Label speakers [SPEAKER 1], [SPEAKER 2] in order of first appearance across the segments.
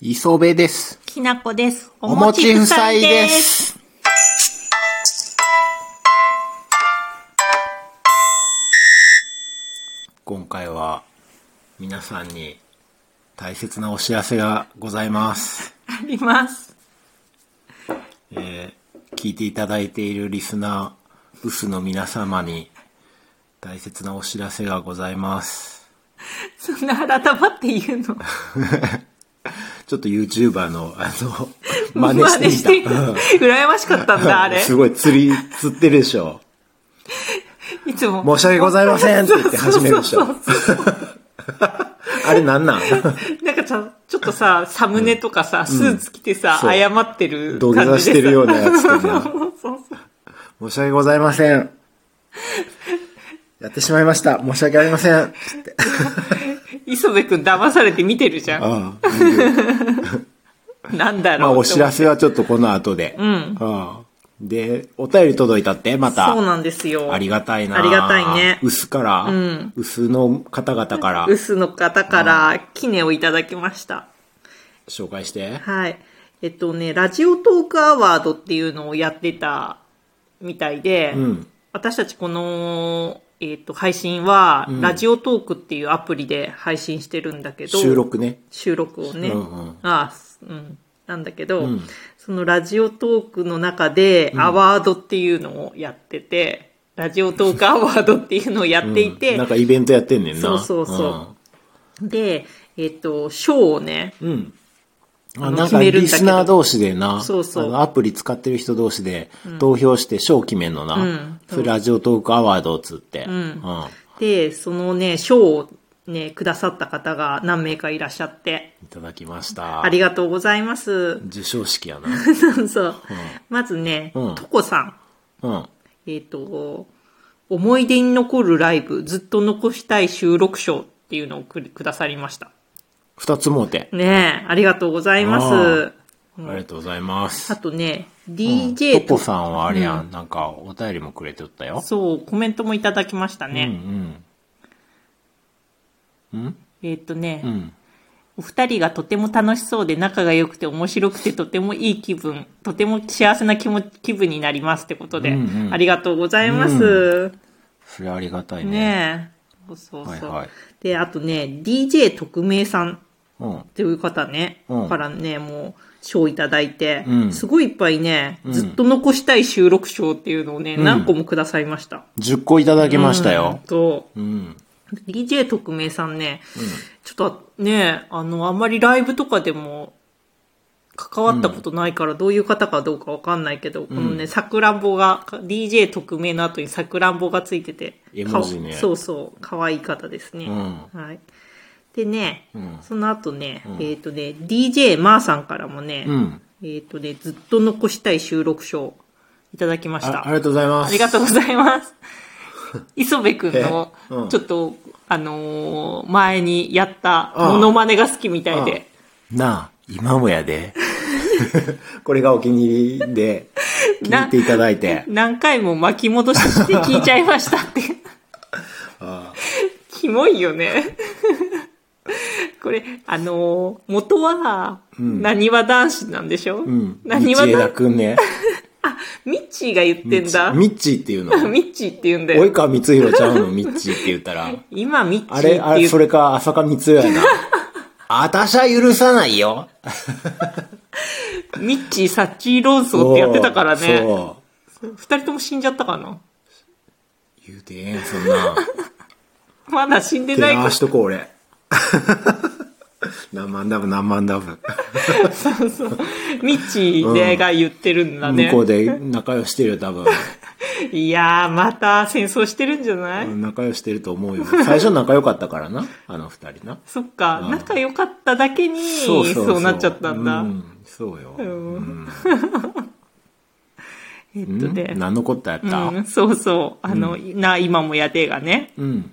[SPEAKER 1] 磯部です。
[SPEAKER 2] きなこです。
[SPEAKER 1] お餅夫妻です。今回は皆さんに大切なお知らせがございます。
[SPEAKER 2] あります。
[SPEAKER 1] えー聞いていただいているリスナー、ブスの皆様に大切なお知らせがございます。
[SPEAKER 2] そんな腹束って言うの。
[SPEAKER 1] ちょっと YouTuber の、あの、 真似してみた。
[SPEAKER 2] 真似してみた羨ましかったんだ、あれ。
[SPEAKER 1] すごい釣り、釣ってるでしょ。
[SPEAKER 2] いつも。
[SPEAKER 1] 申し訳ございませんって言って始めるでしょ
[SPEAKER 2] そうそうそう
[SPEAKER 1] あれなんなん
[SPEAKER 2] なんかさ、ちょっとさ、サムネとかさ、スーツ着てさ、
[SPEAKER 1] そう
[SPEAKER 2] 謝ってる
[SPEAKER 1] 土
[SPEAKER 2] 感
[SPEAKER 1] 下座し
[SPEAKER 2] じで
[SPEAKER 1] てるようなやつと
[SPEAKER 2] そう
[SPEAKER 1] か
[SPEAKER 2] そうそう
[SPEAKER 1] 申し訳ございません。やってしまいました。申し訳ありません。あ
[SPEAKER 2] 磯部くん騙されて見てるじゃん。
[SPEAKER 1] あ
[SPEAKER 2] なんだろう。
[SPEAKER 1] まあ、お知ら
[SPEAKER 2] せ。
[SPEAKER 1] せはちょっとこの後で。うん。で、お便り届いたって、ま
[SPEAKER 2] そう
[SPEAKER 1] た。
[SPEAKER 2] なんですよ。
[SPEAKER 1] ありがたいな。
[SPEAKER 2] ありがたいね
[SPEAKER 1] 薄から、薄の方々から
[SPEAKER 2] 薄の方から、キネをいただきました。
[SPEAKER 1] 紹介して。
[SPEAKER 2] はい。えっとね、ラジオトークアワードっていうのをやってたみたいで、
[SPEAKER 1] うん
[SPEAKER 2] 私たちこの、えっと、配信は、ラジオトークっていうアプリで配信してるんだけど、
[SPEAKER 1] 収録ね。
[SPEAKER 2] 収録をね、
[SPEAKER 1] うんうん
[SPEAKER 2] ああすうん、なんだけど、
[SPEAKER 1] ん
[SPEAKER 2] そのラジオトークの中でアワードっていうのをやってて、ラジオトークアワードっていうのをやっていて、
[SPEAKER 1] なんかイベントやってんねんな。
[SPEAKER 2] そうそうそで、えっと、賞をね、
[SPEAKER 1] うん。うん。
[SPEAKER 2] あ
[SPEAKER 1] あ
[SPEAKER 2] の
[SPEAKER 1] なん
[SPEAKER 2] 決
[SPEAKER 1] か
[SPEAKER 2] めるん
[SPEAKER 1] リ
[SPEAKER 2] だけど
[SPEAKER 1] スナー同士でな、
[SPEAKER 2] そうそう
[SPEAKER 1] あのアプリ使ってる人同士で投票して賞決めんのな、
[SPEAKER 2] うん
[SPEAKER 1] それラジオトークアワードをつって、うん
[SPEAKER 2] で、そのね、賞をね、くださった方が何名かいらっしゃって、
[SPEAKER 1] いただきました。
[SPEAKER 2] ありがとうございます。
[SPEAKER 1] 授賞式やな。
[SPEAKER 2] そう。まずね、
[SPEAKER 1] うん
[SPEAKER 2] とこさん。
[SPEAKER 1] うん。
[SPEAKER 2] えっ、と、思い出に残るライブ、ずっと残したい収録賞っていうのをくくださりました。
[SPEAKER 1] 二つもうて。
[SPEAKER 2] ねえ、ありがとうございます
[SPEAKER 1] あ。ありがとうございます
[SPEAKER 2] あ。とね、
[SPEAKER 1] ト
[SPEAKER 2] DJ
[SPEAKER 1] コ
[SPEAKER 2] と、
[SPEAKER 1] さんはあれやん、なんかお便りもくれておったよ。
[SPEAKER 2] そう、コメントもいただきました
[SPEAKER 1] うんう
[SPEAKER 2] ね。
[SPEAKER 1] ん。
[SPEAKER 2] えっ、とね、
[SPEAKER 1] うん。
[SPEAKER 2] お二人がとても楽しそうで仲が良くて面白くてとてもいい気分、とても幸せな気も気分になりますってことで、
[SPEAKER 1] うんうん
[SPEAKER 2] ありがとうございます。
[SPEAKER 1] それありがたいね。
[SPEAKER 2] ねえ。そうそうそう。
[SPEAKER 1] はいはい
[SPEAKER 2] で、あとね、DJ 特命さん
[SPEAKER 1] うん。
[SPEAKER 2] という方ね、
[SPEAKER 1] うん
[SPEAKER 2] からね、もう、賞いただいて、
[SPEAKER 1] うん
[SPEAKER 2] すごいいっぱいね、ずっと残したい収録賞っていうのをね、何個もくださいました。
[SPEAKER 1] 10個いただきましたよ
[SPEAKER 2] うん。と、
[SPEAKER 1] うん。
[SPEAKER 2] DJ 特命さんね、ちょっとね、あの、あんまりライブとかでも関わったことないから、どういう方かどうかわかんないけど、このね、さくらんぼが、DJ 特命の後にさくらんぼがついてて、
[SPEAKER 1] 絵文字ね
[SPEAKER 2] かそうそう、可愛い方ですね。
[SPEAKER 1] う
[SPEAKER 2] はい。でね、
[SPEAKER 1] ん
[SPEAKER 2] その後ね、えっ、とね、DJ まーさんからもね、
[SPEAKER 1] うん。
[SPEAKER 2] えっ、とね、ずっと残したい収録賞いただきまし
[SPEAKER 1] あ
[SPEAKER 2] た
[SPEAKER 1] あ。りがとうございま
[SPEAKER 2] あ
[SPEAKER 1] す。
[SPEAKER 2] りがとうござ います。磯部くんの
[SPEAKER 1] えうん、
[SPEAKER 2] ちょっと、あのー前にやった、モノマネが好きみたいで。
[SPEAKER 1] なあ、今もやで。 これがお気に入りで、聞いていただいて。
[SPEAKER 2] 何回も巻き戻して聞いちゃいまし たって。キモいよね。これ、あのー元は、なにわ男子なんでしょ
[SPEAKER 1] うん。
[SPEAKER 2] なにわ
[SPEAKER 1] 道枝
[SPEAKER 2] 男子。
[SPEAKER 1] くんね。
[SPEAKER 2] ミッチーが言ってん だ。ミ
[SPEAKER 1] ミッチーっていうの。
[SPEAKER 2] ッチーって言うんだ
[SPEAKER 1] 及
[SPEAKER 2] よ。
[SPEAKER 1] 川光弘ちゃ うの、ミッチーって言ったら。
[SPEAKER 2] 今、ミッ
[SPEAKER 1] あ
[SPEAKER 2] チー
[SPEAKER 1] れ、あ
[SPEAKER 2] って
[SPEAKER 1] れ、
[SPEAKER 2] 言っ
[SPEAKER 1] それか、浅香光代やな。あたしゃ許さないよ。
[SPEAKER 2] ミッチー、サッチー論争ってやってたからね。
[SPEAKER 1] そう。
[SPEAKER 2] 二人とも死んじゃったかな
[SPEAKER 1] 言うてええんや、そん な。
[SPEAKER 2] まだ死んで
[SPEAKER 1] 手
[SPEAKER 2] ない
[SPEAKER 1] 合
[SPEAKER 2] か
[SPEAKER 1] わしとこう、俺。 何万ダブ、何万ダブ。
[SPEAKER 2] ミッチーでが言ってるんだね。
[SPEAKER 1] 向こうで仲良してるよ、多分。
[SPEAKER 2] いやー、また戦争してるんじゃない、
[SPEAKER 1] 仲良してると思うよ。最初仲良かった からな、あの二人な。
[SPEAKER 2] そっか、仲良かっただけに、そうなっちゃったんだ。
[SPEAKER 1] うん、そうよ。うん
[SPEAKER 2] えっとね、
[SPEAKER 1] 何のこったやった
[SPEAKER 2] うん、そうそう、あの、な、今もやでがね、
[SPEAKER 1] うん。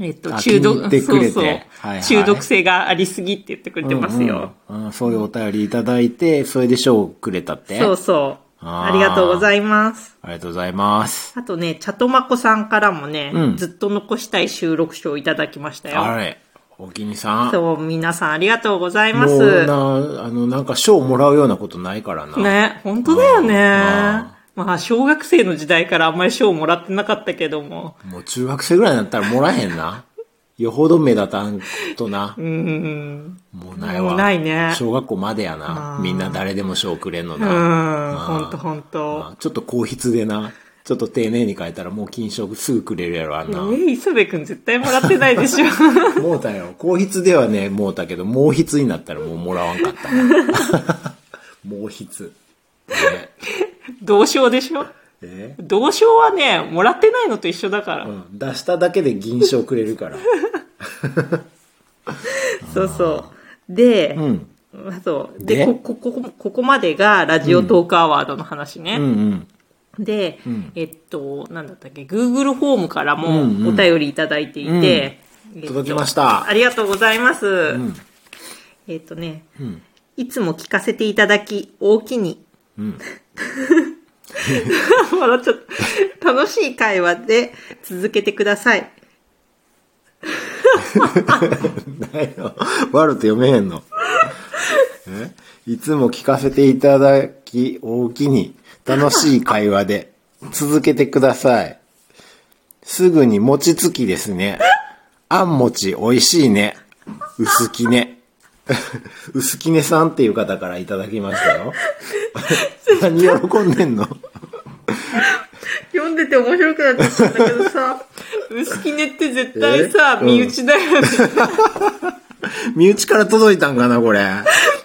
[SPEAKER 2] えっと、
[SPEAKER 1] あ
[SPEAKER 2] 中
[SPEAKER 1] 気に入
[SPEAKER 2] 毒、
[SPEAKER 1] ってくれて
[SPEAKER 2] そうそう、
[SPEAKER 1] はいはい
[SPEAKER 2] 中毒性がありすぎって言ってくれてますよ。
[SPEAKER 1] うんうんあそういうお便りいただいて、それで賞をくれたって。
[SPEAKER 2] そうそう
[SPEAKER 1] あ
[SPEAKER 2] あ。
[SPEAKER 1] ー
[SPEAKER 2] りがとうございます。
[SPEAKER 1] ありがとうございます。
[SPEAKER 2] あとね、チャトマコさんからもね、
[SPEAKER 1] うん
[SPEAKER 2] ずっと残したい収録賞をいただきましたよ。
[SPEAKER 1] あれ、おきにさん。
[SPEAKER 2] そう、皆さんありがとうございま
[SPEAKER 1] もう
[SPEAKER 2] す。
[SPEAKER 1] な、あの、なんか賞もらうようなことないからな。
[SPEAKER 2] ね、本当だよね。
[SPEAKER 1] ま
[SPEAKER 2] まあ、小学生の時代からあんまり賞もらってなかったけども。
[SPEAKER 1] もう中学生ぐらいになったらもらえへんな。よほど目立たんとな。
[SPEAKER 2] うん。
[SPEAKER 1] もうないわ。
[SPEAKER 2] もうないね
[SPEAKER 1] 小学校までやな
[SPEAKER 2] う。ん
[SPEAKER 1] みんな誰でも賞くれんの
[SPEAKER 2] うん。
[SPEAKER 1] な。
[SPEAKER 2] ほんとほんと。
[SPEAKER 1] まあちょっと硬筆でな。ちょっと丁寧に書いたらもう金賞すぐくれるやろ、あんな。
[SPEAKER 2] え、磯部くん絶対もらってない でしょ。
[SPEAKER 1] もうたよ。硬筆ではね、もうたけど、毛筆になったらもうもらわんかったな。毛筆。ね
[SPEAKER 2] 同賞でしょ
[SPEAKER 1] え
[SPEAKER 2] 同賞はね、もらってないのと一緒だから。
[SPEAKER 1] うん、出しただけで銀賞くれるから。
[SPEAKER 2] そうそう。で、
[SPEAKER 1] うん。
[SPEAKER 2] あと、
[SPEAKER 1] で
[SPEAKER 2] で、こ、こ、ここ、ここまでがラジオトークアワードの話ね。
[SPEAKER 1] うんうん。
[SPEAKER 2] で、
[SPEAKER 1] ん
[SPEAKER 2] えっと、なんだったっけ、Google フォームからも
[SPEAKER 1] うんうん
[SPEAKER 2] お便りいただいていて、
[SPEAKER 1] うん
[SPEAKER 2] えっと
[SPEAKER 1] 届きました
[SPEAKER 2] ありがとうございます。
[SPEAKER 1] うん。
[SPEAKER 2] えっとね、
[SPEAKER 1] うん。
[SPEAKER 2] いつも聞かせていただき、大きに。
[SPEAKER 1] うん。
[SPEAKER 2] 笑っちゃった。楽しい会話で続けてください。
[SPEAKER 1] ないよ。悪と読めへんの。えいつも聞かせていただき、大きに、楽しい会話で、続けてください。すぐに餅つきですね。あん餅美味しいね。薄きね。薄きねさんっていう方からいただきましたよ。何喜んでんの
[SPEAKER 2] 読んでて面白くなっちゃったけ どさ、薄きねって絶対さ、
[SPEAKER 1] え
[SPEAKER 2] 身内だよね。
[SPEAKER 1] 身内から届いたんかな、これ。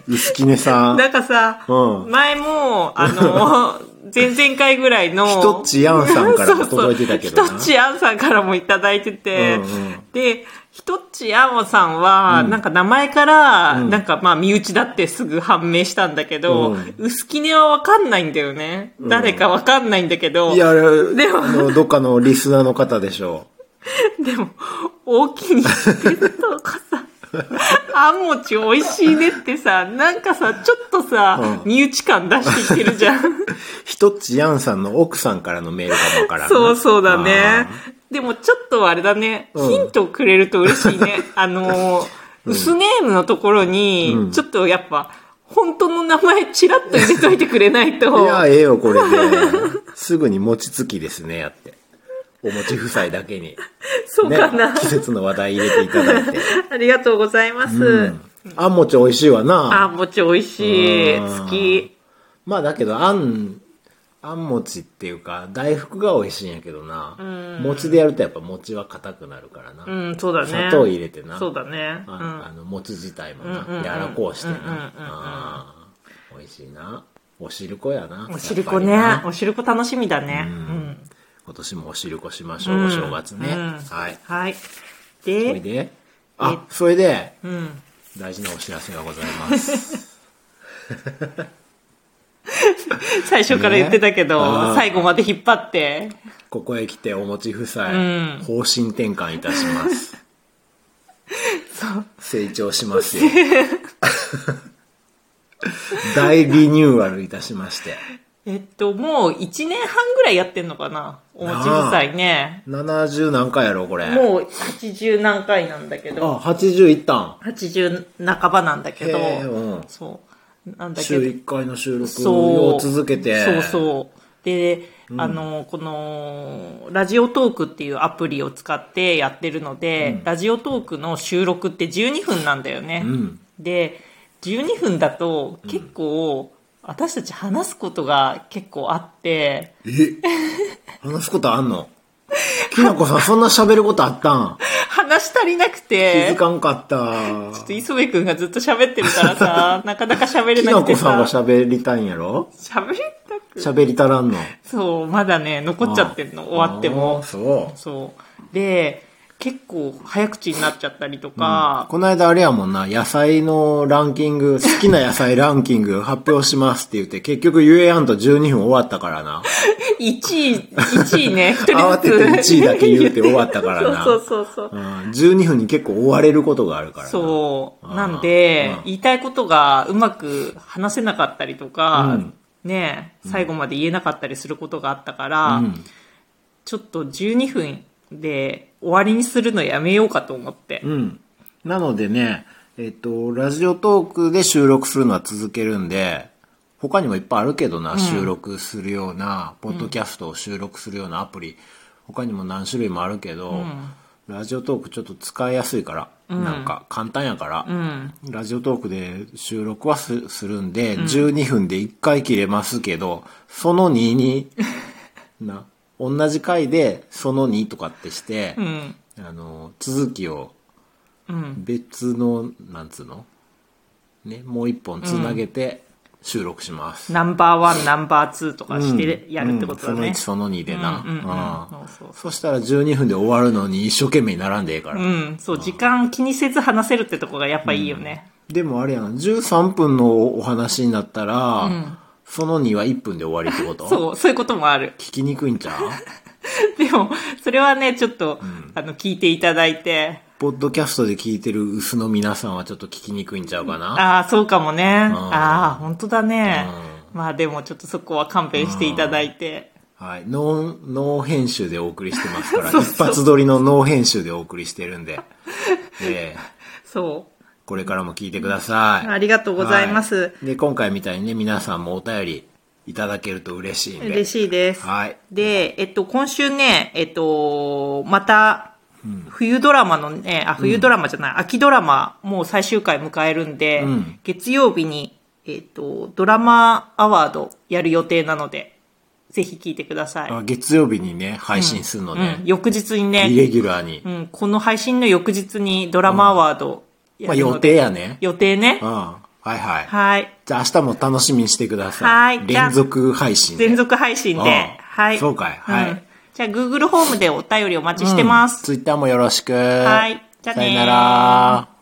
[SPEAKER 1] 薄きねさん。
[SPEAKER 2] なんかさ、
[SPEAKER 1] うん
[SPEAKER 2] 前も、あ の、前々回ぐらいの、
[SPEAKER 1] ひとっちやんさんからも
[SPEAKER 2] そうそう
[SPEAKER 1] 届いてたけどな
[SPEAKER 2] ひとっちやんさんからもいただいてて、
[SPEAKER 1] うんうん
[SPEAKER 2] で、ひとっちやんさんは、なんか名前から、なんかまあ身内だってすぐ判明したんだけど、
[SPEAKER 1] うん
[SPEAKER 2] 薄きねはわかんないんだよね。誰かわかんないんだけど、
[SPEAKER 1] いや、あれ
[SPEAKER 2] でも
[SPEAKER 1] あのどっかのリスナーの方でしょ
[SPEAKER 2] でも、大きいにしてるとか さ、あんもち美味しいねってさ、なんかさ、ちょっとさ、
[SPEAKER 1] うん
[SPEAKER 2] 身内感出してきてるじゃん。
[SPEAKER 1] う。ひとっちやんさんの奥さんからのメールかもわからんな
[SPEAKER 2] そうそうだ
[SPEAKER 1] あ。
[SPEAKER 2] ねでもちょっとあれだね、
[SPEAKER 1] うん
[SPEAKER 2] ヒントくれると嬉しい ね。あのー、薄ネームのところ
[SPEAKER 1] うん
[SPEAKER 2] に、ちょっとやっぱ、本当の名前ちらっと入れといてくれないと。
[SPEAKER 1] ーいや、ええよ、これで。すぐに餅つきですね、やって。お餅夫妻だけ に。
[SPEAKER 2] そうかな。
[SPEAKER 1] ね、季節の話題入れていただいて。
[SPEAKER 2] ありがとうございます。
[SPEAKER 1] うん。あん餅美味しいわ
[SPEAKER 2] あ
[SPEAKER 1] な。
[SPEAKER 2] んもち美味しい。
[SPEAKER 1] うん
[SPEAKER 2] 好き。
[SPEAKER 1] まあだけど、あん、あん餅っていうか、大福が美味しいんやけどな。餅でやるとやっぱ餅は硬くなるからな。
[SPEAKER 2] うん、そうだね。
[SPEAKER 1] 砂糖入れてな
[SPEAKER 2] そうだね。う
[SPEAKER 1] あ
[SPEAKER 2] ん
[SPEAKER 1] あの餅自体も
[SPEAKER 2] うんうんう
[SPEAKER 1] なん柔らこうしてな
[SPEAKER 2] うんうんうんうん
[SPEAKER 1] あー美味しいなおしるこやな
[SPEAKER 2] おしるこね
[SPEAKER 1] やっぱり。な
[SPEAKER 2] おしるこ楽しみだね。
[SPEAKER 1] う
[SPEAKER 2] うん
[SPEAKER 1] ん今年もおしるこしましょう、お正月ね、
[SPEAKER 2] うん
[SPEAKER 1] はい
[SPEAKER 2] はい。
[SPEAKER 1] それ
[SPEAKER 2] で、
[SPEAKER 1] であそれで
[SPEAKER 2] うん。
[SPEAKER 1] 大事なお知らせがございます
[SPEAKER 2] 最初から言ってたけど、
[SPEAKER 1] ねあー
[SPEAKER 2] 最後まで引っ張って。
[SPEAKER 1] ここへ来てお餅夫妻、
[SPEAKER 2] うん
[SPEAKER 1] 方針転換いたします 成長します よ大リニューアルいたしまして
[SPEAKER 2] えっと、もう1年半ぐらいやってんのかなお餅夫妻ね。
[SPEAKER 1] 70何回やろこれ
[SPEAKER 2] もう80何回なんだけど、
[SPEAKER 1] あ80いったん
[SPEAKER 2] 80半ばなんだけど
[SPEAKER 1] へーうん、
[SPEAKER 2] そう。なんだけ
[SPEAKER 1] 週
[SPEAKER 2] ど、
[SPEAKER 1] 1回の収録
[SPEAKER 2] そ
[SPEAKER 1] を
[SPEAKER 2] う。
[SPEAKER 1] 続けて
[SPEAKER 2] そうそう。で、あの、この、ラジオトークっていうアプリを使ってやってるので、ラジオトークの収録って12分なんだよね。
[SPEAKER 1] ん
[SPEAKER 2] で、12分だと結構、私たち話すことが結構あって、
[SPEAKER 1] 話すことあんのきなこさんそんな喋ることあったん
[SPEAKER 2] 話足りなく
[SPEAKER 1] 気
[SPEAKER 2] て
[SPEAKER 1] づ、かんかっ
[SPEAKER 2] ちょったと磯部くんがずっと喋ってるからさ、 なかなか喋れ
[SPEAKER 1] き
[SPEAKER 2] な
[SPEAKER 1] な
[SPEAKER 2] くて
[SPEAKER 1] こさん
[SPEAKER 2] さ
[SPEAKER 1] が、喋りたいんやろ
[SPEAKER 2] 喋りたく。
[SPEAKER 1] 喋りたらんの
[SPEAKER 2] そう、まだね、残っちゃってんの、終わって
[SPEAKER 1] あー
[SPEAKER 2] も。
[SPEAKER 1] そう
[SPEAKER 2] そう。で、結構早口になっちゃったりとか、
[SPEAKER 1] この間あれやもんな、野菜のランキング、好きな野菜ランキング 発表しますって言って、結局言えやんと12分終わったからな。
[SPEAKER 2] 1位、1位ね、 一人
[SPEAKER 1] 慌てて
[SPEAKER 2] ずつ。
[SPEAKER 1] 1位だけ言うて終わったからな。
[SPEAKER 2] そうそうそうそ
[SPEAKER 1] う
[SPEAKER 2] う。
[SPEAKER 1] ん、12分に結構追われることがあるからな。
[SPEAKER 2] そう。
[SPEAKER 1] あー
[SPEAKER 2] なんで
[SPEAKER 1] うん、
[SPEAKER 2] 言いたいことがうまく話せなかったりとか、
[SPEAKER 1] うん
[SPEAKER 2] ねえ、最後まで言えなかったりすることがあったから、
[SPEAKER 1] うん。
[SPEAKER 2] ちょっと12分で終わりにするのやめようかと思って。
[SPEAKER 1] うん。なのでね、えっと、ラジオトークで収録するのは続けるんで、他にもいっぱいあるけどな、収録するような、ポッドキャストを収録するようなアプリ、他にも何種類もあるけど、ラジオトークちょっと使いやすいから、なんか簡単やから、
[SPEAKER 2] うん。
[SPEAKER 1] ラジオトークで収録はすするんで、12分で1回切れますけど、その2に、 な、同じ回でその2とかってして、
[SPEAKER 2] うん。
[SPEAKER 1] あの、続きを
[SPEAKER 2] うん。
[SPEAKER 1] 別の、なんつうのね、もう一本つなげて収録します。
[SPEAKER 2] ナンバーワン、ナンバーツーとかしてやるってことだ
[SPEAKER 1] うん
[SPEAKER 2] ね。
[SPEAKER 1] その1その2でな。
[SPEAKER 2] うんう
[SPEAKER 1] う
[SPEAKER 2] んうん
[SPEAKER 1] ん
[SPEAKER 2] そうそう
[SPEAKER 1] そしたら12分で終わるのに一生懸命に並んでええから。
[SPEAKER 2] うん。そう、時間気にせず話せるってとこがやっぱいいよね。
[SPEAKER 1] でもあれやん、13分のお話になったら、
[SPEAKER 2] ん
[SPEAKER 1] その2は1分で終わりってこと
[SPEAKER 2] そう、そういうこともある。
[SPEAKER 1] 聞きにくいんちゃう
[SPEAKER 2] でも、それはね、ちょっと、あの、聞いていただいて、
[SPEAKER 1] ポッドキャストで聞いてる薄の皆さんはちょっと聞きにくいんちゃうかな、
[SPEAKER 2] ああ、そうかもね。ああ、本当だね。まあでも、ちょっとそこは勘弁していただいて。
[SPEAKER 1] はい。ノー、ノー編集でお送りしてますから、
[SPEAKER 2] そうそう
[SPEAKER 1] 一発撮りのノー編集でお送りしてるんで、 ええ
[SPEAKER 2] そ
[SPEAKER 1] これからも聞いてくださ
[SPEAKER 2] う。
[SPEAKER 1] い。
[SPEAKER 2] ありがとうございます。
[SPEAKER 1] はいで、今回みたいにね、皆さんもお便りいただけると嬉しいんで。
[SPEAKER 2] 嬉
[SPEAKER 1] し
[SPEAKER 2] しいです。
[SPEAKER 1] はい。
[SPEAKER 2] で、えっと、今週ね、えっと、また、冬ドラマのね、あ、冬ドラマじゃない、秋ドラマ、もう最終回迎えるんで、
[SPEAKER 1] うん
[SPEAKER 2] 月曜日に、えっと、ドラマアワードやる予定なので、ぜひ聞いてください。
[SPEAKER 1] あ月曜日にね、配信するので、
[SPEAKER 2] うん、翌日に
[SPEAKER 1] イ
[SPEAKER 2] ね、
[SPEAKER 1] レギュラーに。
[SPEAKER 2] うん、この配信の翌日にドラマアワードや
[SPEAKER 1] まあ
[SPEAKER 2] るの
[SPEAKER 1] 予定やね。
[SPEAKER 2] 予定ね
[SPEAKER 1] う。ん。はいはい。
[SPEAKER 2] はい。
[SPEAKER 1] じゃあ明日も楽しみにしてください。
[SPEAKER 2] はいじゃあ
[SPEAKER 1] 連続配信で。
[SPEAKER 2] 連続配信
[SPEAKER 1] うん
[SPEAKER 2] で。はい。
[SPEAKER 1] そうかいはい
[SPEAKER 2] んじゃあ、Google ホームでお便りお待ちしてます。
[SPEAKER 1] ツイッターもよろしく。はい
[SPEAKER 2] じゃあ
[SPEAKER 1] さ
[SPEAKER 2] ねー
[SPEAKER 1] よなら。